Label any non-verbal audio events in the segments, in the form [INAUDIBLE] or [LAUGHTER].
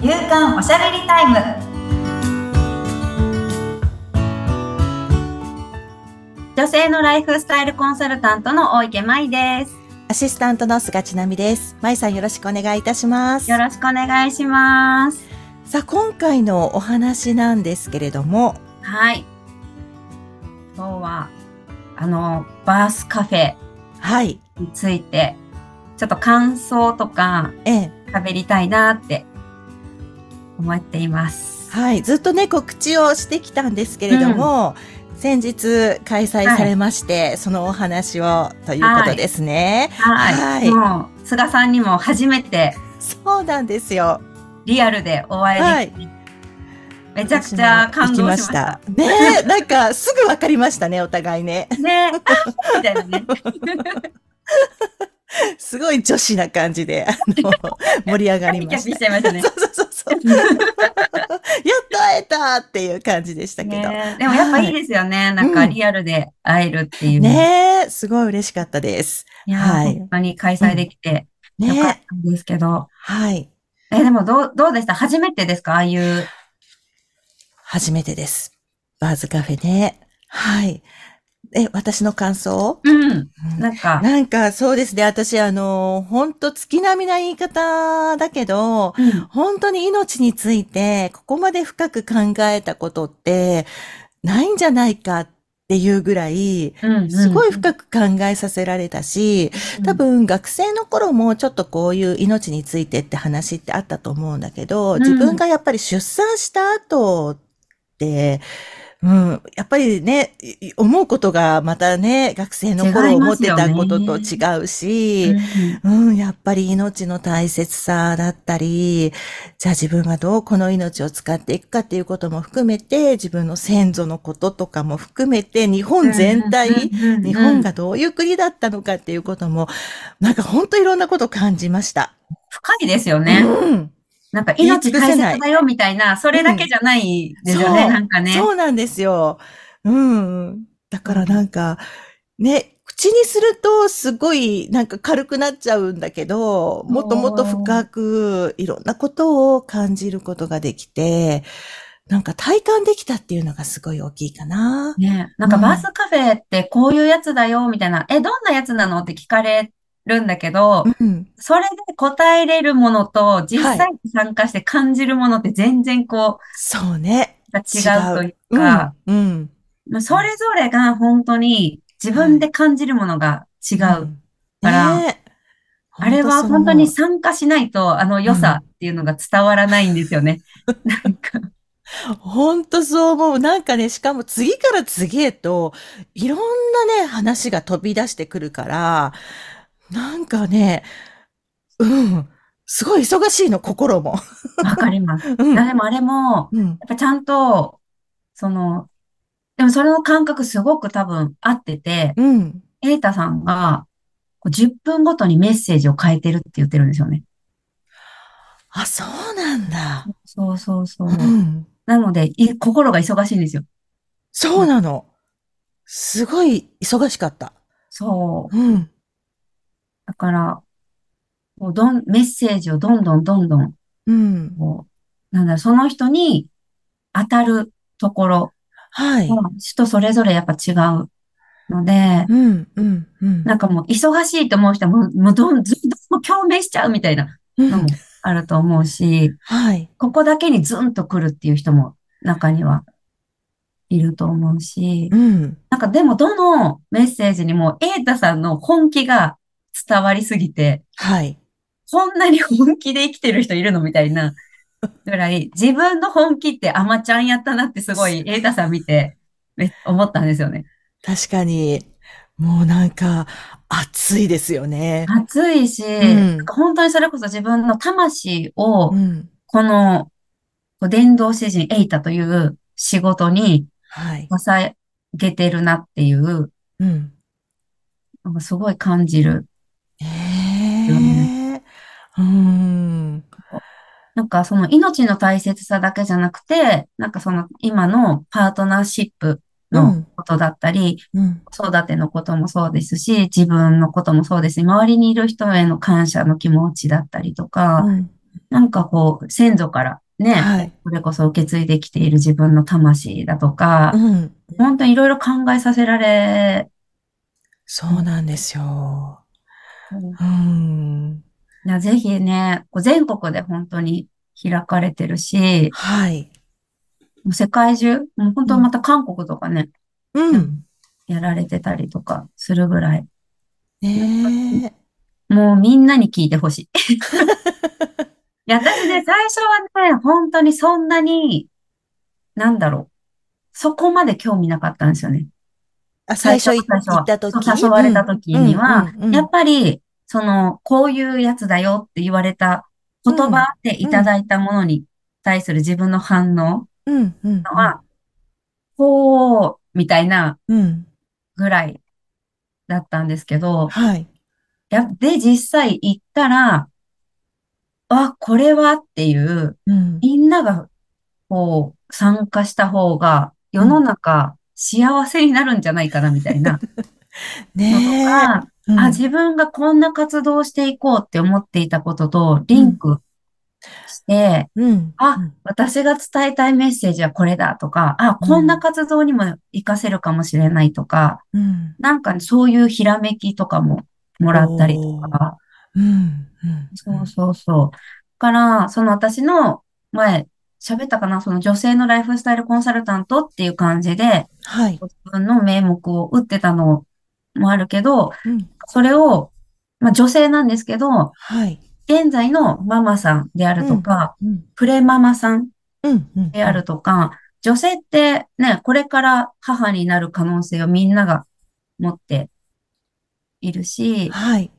夕刊おしゃべりタイム女性のライフスタイルコンサルタントの大池舞ですアシスタントの菅千奈美です。まいさんよろしくお願いいたします。よろしくお願いしますさあ、今回のお話なんですけれども、はい今日はあのバースカフェはい、についてちょっと感想とかええ、喋りたいなって思っていますはい、ずっとね、告知をしてきたんですけれども、先日開催されまして、そのお話をということですね。はい、もう菅さんにも初めてそうなんですよ。リアルでお会いできて、めちゃくちゃ感動しました。私も行きました。ねえ、なんかすぐわかりましたね、お互いね。ねあみたいなね。すごい女子な感じで、あ [LAUGHS] の、盛り上がキャピりキまャしピし。たちゃいましたねそ。うそうそうそう。やっと会えたっていう感じでしたけど。ねねでもやっぱいいですよね。なんかリアルで会えるっていえ、う。すごい嬉しかったです。いやー、はい本当に開催できてよかっねえ、たんですけど。はい。え、でもどう、どうでした初めてですかああいう。初めてです。バーズカフェね。はい。え、私の感想うん。うんなんか、なんかそうですね。私、あの、本当月並みな言い方だけど、うん本当に命について、ここまで深く考えたことって、ないんじゃないかっていうぐらい、うん。すごいい。深く考えさせられたし、多分学生の頃もちょっとこういう命についてって話ってあったと思うんだけど、ん自分がやっぱり出産した後って、うん、やっぱりね、いい思うことがまたね、学生の頃違い思まっすてよねたことと違ううし、ん、うん、やっぱり命の大切さだったり、じゃあ自分がどうこの命を使っていくかっていうことも含めて、自分の先祖のこととかも含めて、日本全体、うん日本がどういう国だったのかっていうことも、なんか本当いろんなことを感じました。深いですよね。うんなんか言い尽命くせ大ない切だよみたいな、それだけじゃないですよね、うんなんかね。そうなんですよ。うん。だからなんか、ね、口にするとすごいなんか軽くなっちゃうんだけど、もっともっと深くいろんなことを感じることができて、なんか体感できたっていうのがすごい大きいかな。ね、なんかうんバースカフェってこういうやつだよ、みたいな、え、どんなやつなのって聞かれるんだけど、うん。それで答えれるものと、実際に参加して感じるものって全然こそうね。う、違うといううかん、。うん。まあそれぞれが本当に自分で感じるものが違う。んからねえあれはそう思う本当に参加しないと、あの良さっていうのが伝わらないんですよ [LAUGHS] ね。なんか、本当そう思う。なんかね、しかも次から次へと、いろんなね、話が飛び出してくるから、なんかね、うん、すごい忙しいの、心も。わかります。ういんや、でもあれも、うん、やっぱちゃんと、その、でもそれの感覚すごく多分合ってて、うん。瑛太さんがこう10分ごとにメッセージを変えてるって言ってるんですよね。あ、そうなんだ。そうそうそう。うん。なので、い心が忙しいんですよ。そうなの。すごい忙しかった。そう。うん。だから、こうどん、メッセージをどんどんどんどん、うん。こう、なんだろう、その人に当たるところはい。は人それぞれやっぱ違うので、うん、うん、うん。なんかもう忙しいと思う人はもう、もうどん、ずっともう共鳴しちゃうみたいな。うのもん、あると思うし、はい。ここだけにズンと来るっていう人も中にはいると思うし、うん。なんかでもどのメッセージにも、瑛太さんの本気が伝わりすぎて、はい。こんなに本気で生きてる人いるのみたいなぐらい、自分の本気ってアマちゃんやったなってすごい瑛太さん見て、め思ったんですよね。確かに、もうなんか、暑いですよね。熱いし、んなんか本当にそれこそ自分の魂を、うん。この、こう伝道詩人エイタという仕事にはい。捧げてるなっていう、うん。なんかすごい感じる。えよえうーん。なんかその命の大切さだけじゃなくて、なんかその今のパートナーシップうのんことだったり、うん。子育てのこともそうですし、自分のこともそうですし、周りにいる人への感謝の気持ちだったりとか、うんなんかこう、先祖からね、はい。これこそ受け継いできている自分の魂だとかう、ん。本当にいろいろ考えさせられ、そうなんですよ。うん。なぜひね、こう全国で本当に開かれてるし、はい。もう世界中、もう本当また韓国とかね、うん。やられてたりとかするぐらい、ねえ。もうみんなに聞いてほしい。い [LAUGHS] や、私ね、最初はね、本当にそんなに、なんだろう、そこまで興味なかったんですよね。あ、最初行最初はった時そう誘われた時には、うんうんうんやっぱり、その、こういうやつだよって言われた言葉でいただいたものに対する自分の反応うん、うん。は、こう、みたいなうん。ぐらいだったんですけど、はい。やで、実際行ったら、あ、これはっていう、うん。みんなが、こう、参加した方が、世の中、幸せになるんじゃないかな、みたいなのとねえ。か、うんあ、自分がこんな活動をしていこうって思っていたこととリンクして、うん。あうん私が伝えたいメッセージはこれだとか、あ、こんな活動にも活かせるかもしれないとか、うん。なんかそういうひらめきとかももらったりとか、うん。うんそうそうそう。だから、その私の前、喋ったかな、その女性のライフスタイルコンサルタントっていう感じで、はい。自分の名目を打ってたのもあるけど、うん。それを、まあ女性なんですけど、はい。現在のママさんであるとか、うん。プレママさんうん。うんである。とか、女性ってね、これから母になる可能性をみんなが持っているし、はい。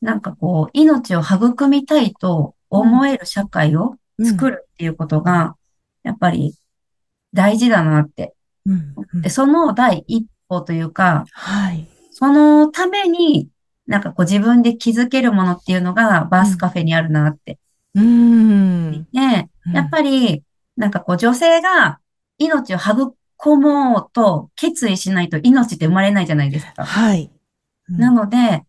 なんかこう、命を育みたいと思える社会を作る。るっていうことが、やっぱり大事だなって。うん。うんで、その第一歩というか、はい。そのために、なんかこう自分で気づけるものっていうのがバースカフェにあるなって。うん。ねやっぱり、なんかこう女性が命を育もうと決意しないと命って生まれないじゃないですか。はい。なので、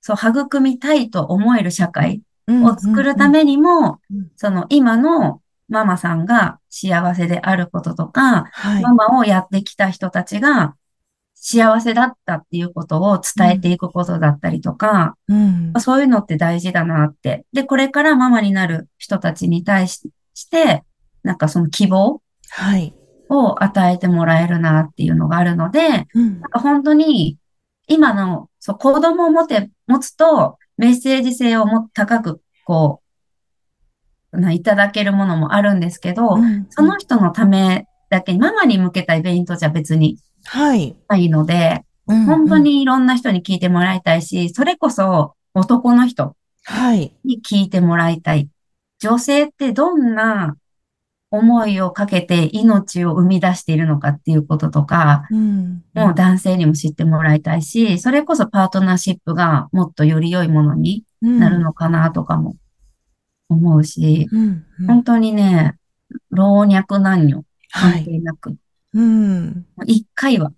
そう、育みたいと思える社会のを作るた。めにもうん、その今のママさんが幸せであることとか、はいマ。マをやってきた人たちが幸せだったっていうことを伝えていくことだったりとか、うんまあ。そういうのって大事だなって。で、これからママになる人たちに対しして、なんかその希望はい。を与えてもらえるなっていうのがあるので、なんうん。か本当に今のそう子供を持て、持つとメッセージ性をもっと高く、こう、ないただけるものもあるんですけど、うんその人のためだけに、ママに向けたイベントじゃ別にはい。ないので、うん本当。にいろんな人に聞いてもらいたいし、それこそ男の人、はい。に聞いてもらいたい。女性ってどんな思いをかけて命を生み出しているのかっていうこととか、うん。もう男性にも知ってもらいたいし、それこそパートナーシップがもっとより良いものにうんなる。のかなとかも思うし、うん。うん本当にね、老若男女は関い。係なく、うん。もう一回は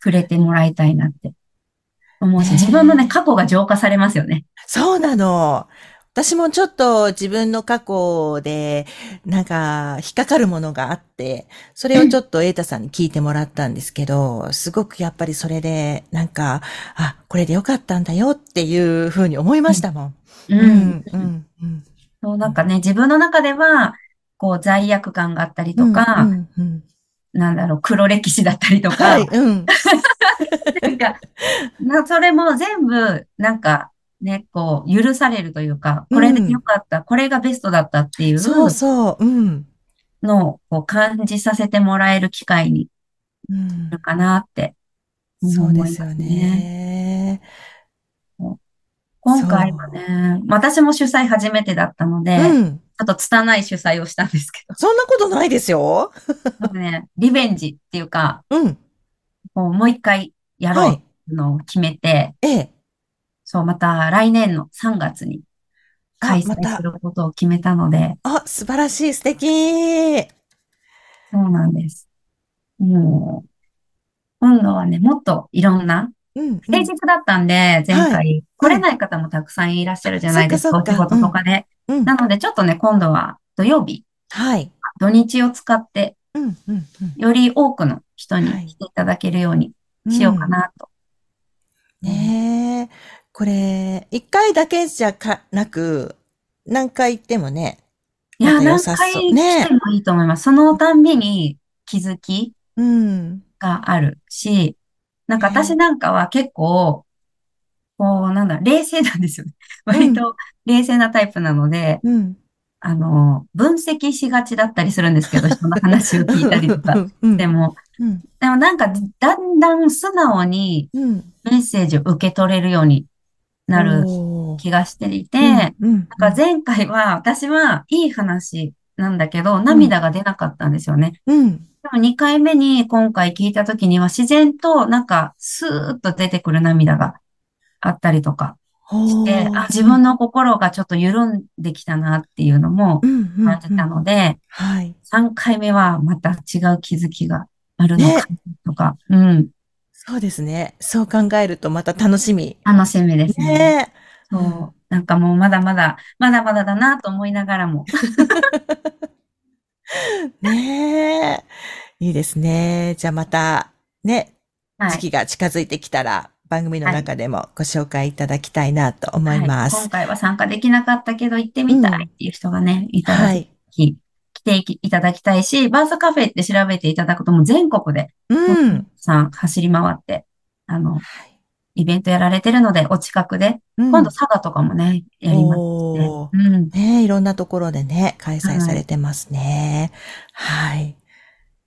触れてもらいたいなって思うし、ねえ自分のね、過去が浄化されますよね。そうなの。私もちょっと自分の過去で、なんか、引っかかるものがあって、それをちょっと瑛太さんに聞いてもらったんですけど、すごくやっぱりそれで、なんか、あ、これでよかったんだよっていうふうに思いましたもん。うう。うん。うん。そう、なんかね、自分の中では、こう、罪悪感があったりとうか、んうん。なんだろう、黒歴史だったりとか、はい。うん。 [LAUGHS] なんか、な、それも全部、なんか、ね、こう、許されるというか、これで良かった、これがベストだったっていうそうそう。うん。のをこう感じさせてもらえる機会にうんなるかなって、そうで思すよいますね。ね。今回はね、私も主催初めてだったので、ちうん。ょっと拙い主催をしたんですけそんなことないですよ。ど、ね、リベンジっていうか、うん。もうもう一回やろうはってい。いうのを決めて、ええ。そう、また来年の3月にあ開ま催たすることを決めたので、あ、素晴らしい、素敵。そうなんです。もう、今度はね、もっといろんな、うん。平日だったんで、前は回、来れない方もたくさんいらっしゃるじゃないですか、そっおかそ仕っか事とかで。うん。なので、ちょっとね、今度は土曜日、はい。土日を使って、うん、うん、より多くの人にはい来ていただけるようにうん。しようかなと。ねえ。これ、一回だけじゃかなく、何回行ってもね。いや、また良何さ回そう来てもいいと思います。そのたんびに気づきうん。があるし、なんかね私なんかは結構、こう、なんだ、冷静なんですよね。割んと冷静なタイプなので、うん。あの、分析しがちだったりするんです [LAUGHS] けど、人の話を聞いたりとか。うん。でも、うん。でもなんか、だんだん素直にうん。メッセージを受け取れるようになる気がしていて、うん、うん。なんか前回は、私はいい話なんだけど、涙が出なかったんですよね。うん。でも2回目に今回聞いた時には、自然となんかスーッと出てくる涙があったりとかして、あ、自分のの心がちょっと緩んできたなっていうのも感じたので、はい。 3回目はまた違う気づきがあるのかとか、うん、そうですね。そう考えるとまた楽しみ。楽しみですね。ねえ。そう。なんかもうまだまだ、まだまだだなと思いながらも。ねえ。いいですね。じゃあまた、ね、はい時期が近づいてきたら、番組の中でもご紹介いただきたいなと思います。は今回は参加できなかったけど行ってみたいっていう人がね、いたらはぜい。ひ来ていきいただきたいし、バースカフェって調べていただくともう全国でうん。さん走り回って、あの、はいイベントやられてるので、お近くで、うん今度佐賀とかもね、やりますね。おーうん。ねえ、いろんなところでね、開催されてますね。はい。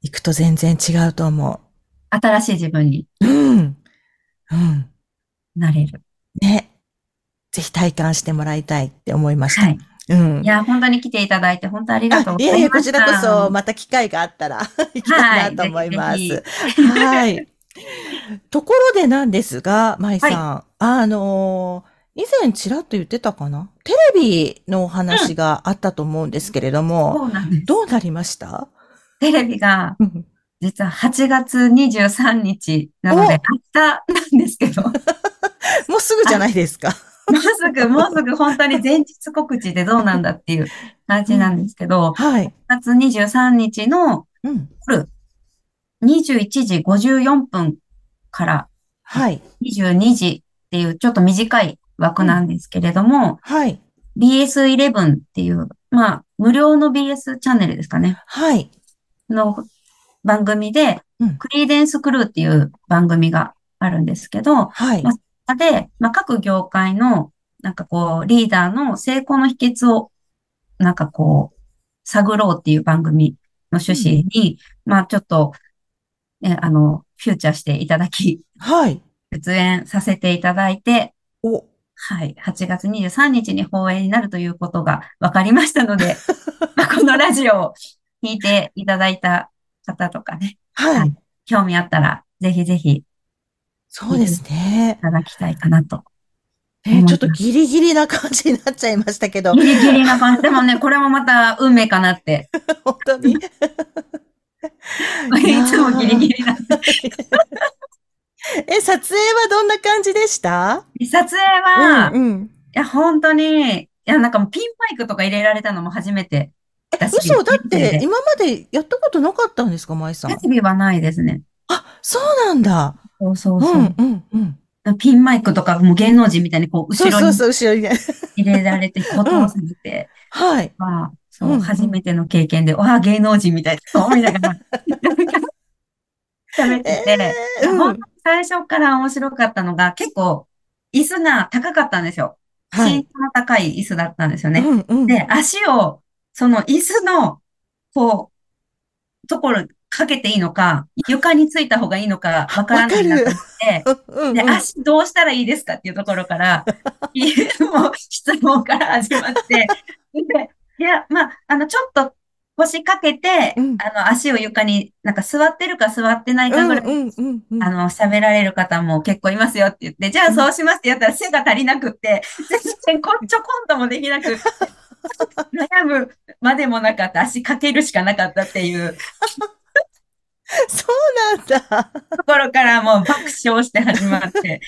行くと全然違うと思新しい自分にう。うん。うん。なれる。ね。ぜひ体感してもらいたいって思いました。はい。うん。いや、本当に来ていただいて、本当ありがとうあごいざやいいや、まこしちた。らこそ、また機会があったら行きたいなと思います。ぜはい。ところでなんですが、舞さん、あのー以前ちらっと言ってたかなテレビのお話があったと思うんですけれども、そうなんです。どうなりました [LAUGHS] テレビが、うん実は8月23日なので、明日なんですけど、ももうすぐじゃないですか。うすぐ、もうすぐ本当に前日告知でどうなんだっていう感じなんですけど、はい。 8月23日のうん。 21時54分からはい。 22時っていうちょっと短い枠なんですけれども、はい。 BS11 っていう、まあ、無料の BS チャンネルですかね、はい。の番組でうん、クリーデンスクルーっていう番組があるんですけど、はい。まで、まあ、各業界の、なんかこう、リーダーの成功の秘訣を、なんかこう、探ろうっていう番組の趣旨に、まあ、ちょっと、ね、あの、フューチャーしていただき、はい。出演させていただいて、お、はい、8月23日に放映になるということが分かりましたので、まあこのラジオを聞いていただいた方とかね、ははいい。興味あったら、ぜひぜひいそうですね。ただきたいかなと。ねちょっとギリギリな感じになっちゃいましたけどギ、リギリな感じ。でも [LAUGHS] ね、これもまた運命かなって本当 [LAUGHS] に。いやーいつもギリギリなんでえ、撮影はどんな感じでしたす。撮影は、いうんうん。や、本当に、いや、なんかもうピンマイクとか入れられたのも初めてだし。嘘、だって今今までやったことなかったんですか、舞さん。設備はないですね。あ、そうなんだ。そうそううそう。ん、うん、うん。ピンマイクとか、もう芸能人みたいにこう、そ後ろうそうにそう、後ろにね。入れられて、こう、通され [LAUGHS] て、はい。まあ、そうう、ん初めての経験で、わあ、芸能人みたいな、思いなが [LAUGHS] ら、喋ってて、えーうん本当に最初から面白かったのが、結構、椅子が高かったんですよ。は身い。長の高い椅子だったんですよね。うん、うん。で、足を、その椅子の、こう、ところにかけていいのか、床についた方がいいのか、わからないなと思って、うん、うんで、うん。足どうしたらいいですかっていうところ [LAUGHS] から、いえもう質問から始まって、でいや、まあ、あの、ちょっと腰掛けて、うんあの、足を床に、なんか座ってるか座ってないかぐらい、うん、うん、うん。あの、喋られる方も結構いますよって言って、じゃあそうしますってやったら背が足りなく [LAUGHS] って、全然こっちょこんともできなくって、悩むまでもなかった、足かけるしかなかったっていうそうなんだ。 [LAUGHS] ところからもう爆笑して始まって、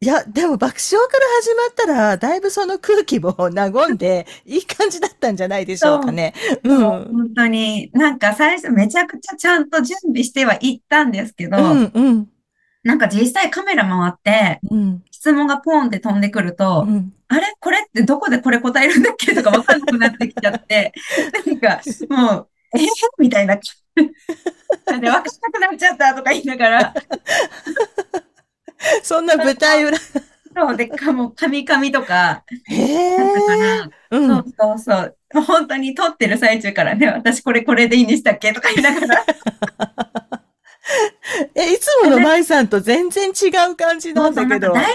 いや、でも爆笑から始まったら、だいぶその空気も和んで、いい感じだったんじゃないでしょうかね。う。もうん本当に、なんか最初めちゃくちゃちゃんと準備してはいったんですけど、うん、うん、なんか実際カメラ回って、うん。質問がポーンって飛んでくると、うんあれこれってどこでこれ答えるんだっけとかわかんなくなってきちゃ [LAUGHS] って、なんか、もう、えー、みたいな。なんで、わかんなくなっちゃったとか言いながら、 [LAUGHS] そんな舞台裏。そう、で、かもう、カミカミとか、へだったかえ。ら、うそんう。そうそう。本当に撮ってる最中からね、私これこれでいいんでしたっけとか言いながら、え、いつもの舞さんと全然違う感じなんそうそうなだけんかど。台本な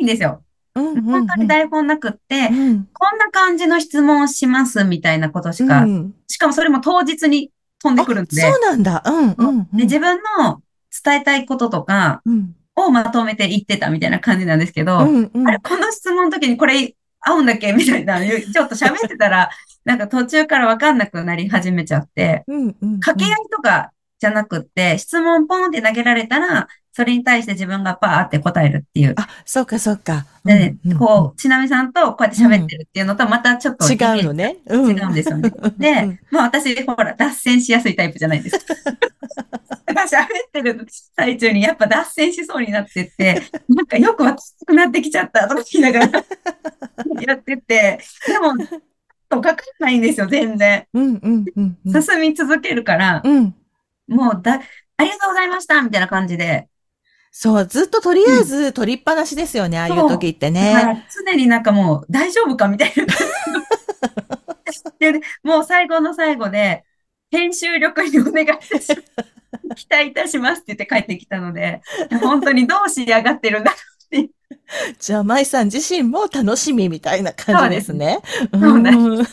いんですよ。うんうん本当に台本なくって、うんこんな感じの質問をしますみたいなことしうか、ん。しかもそれも当日に飛んであ、くるんでそ、うなんだ。うん、うん。うんで、自分の伝えたいこととかうん。をまとめて言ってたみたいな感じなんですけど、うん、うんあれ、この質問の時にこれ合うんだっけみた [LAUGHS] いな、ちょっと喋ってたら、なんか途中からわかんなくなり始めちゃって、うん。うん掛け合いとかじゃなくって、質問ポンって投げられたら、それに対して自分がパーって答えるっていう。あ、そうか、そうか。でうん、こう、ちなみさんとこうやって喋ってるっていうのと、またちょっと違イメーうジのね。うん。違うんですよね。うでん、まあ私、ほら、脱線しやすいタイプじゃないです [LAUGHS] か。喋ってる最中にやっぱ脱線しそうになってって、なんかよくわかんなくなってきちゃったとか言いながら [LAUGHS] やってて、でも、かかんないんですよ、全然。うん、うん、うん。うん進み続けるから、うん。もうだ、ありがとうございましたみたいな感じで、そう、ずっととりあえず取りっぱなしですよね、ああいう時ってだかね。ら常になんかもう大丈夫かみたいな感じ [LAUGHS] ので、もう最後の最後で、編集力にお願いいたします。 [LAUGHS] 期待いたしますって言って帰ってきたので、本当にどう仕上がってるんだじゃあ、舞さん自身も楽しみみたいな感じですね。うろうな、ん [LAUGHS] ね。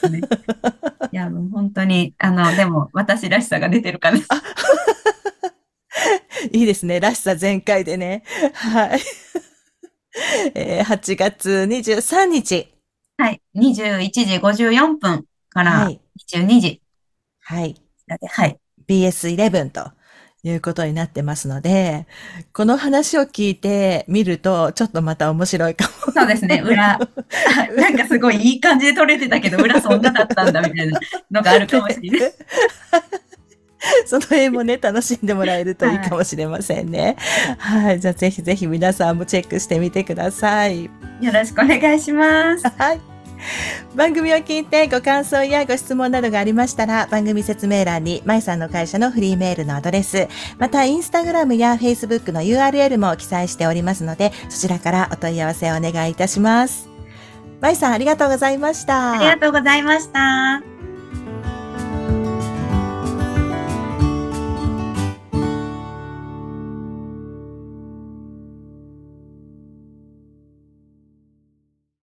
いや、もう本当に、あの、でも私らしさが出てるかな。いいですね。らしさ全開でね。はい。えー8月23日。はい。21時54分かはらい。 22時はい。まで。はい。 BS11 ということになってますので、この話を聞いてみると、ちょっとまた面白いかも。そうですね、 [LAUGHS] 裏。あなんかすごいいい感じで撮れてたけど、裏そんなだったんだみたいなのがあるかもしれない。 [LAUGHS] その辺もね、楽しんでもらえるといいかもしれませんね。はい。じゃあ、ぜひぜひ皆さんもチェックしてみてください。よろしくお願いします。はい。番組を聞いてご感想やご質問などがありましたら、番組説明欄に、まいさんの会社のフリーメールのアドレス、また、インスタグラムやフェイスブックの URL も記載しておりますので、そちらからお問い合わせをお願いいたします。まいさん、ありがとうございました。ありがとうございました。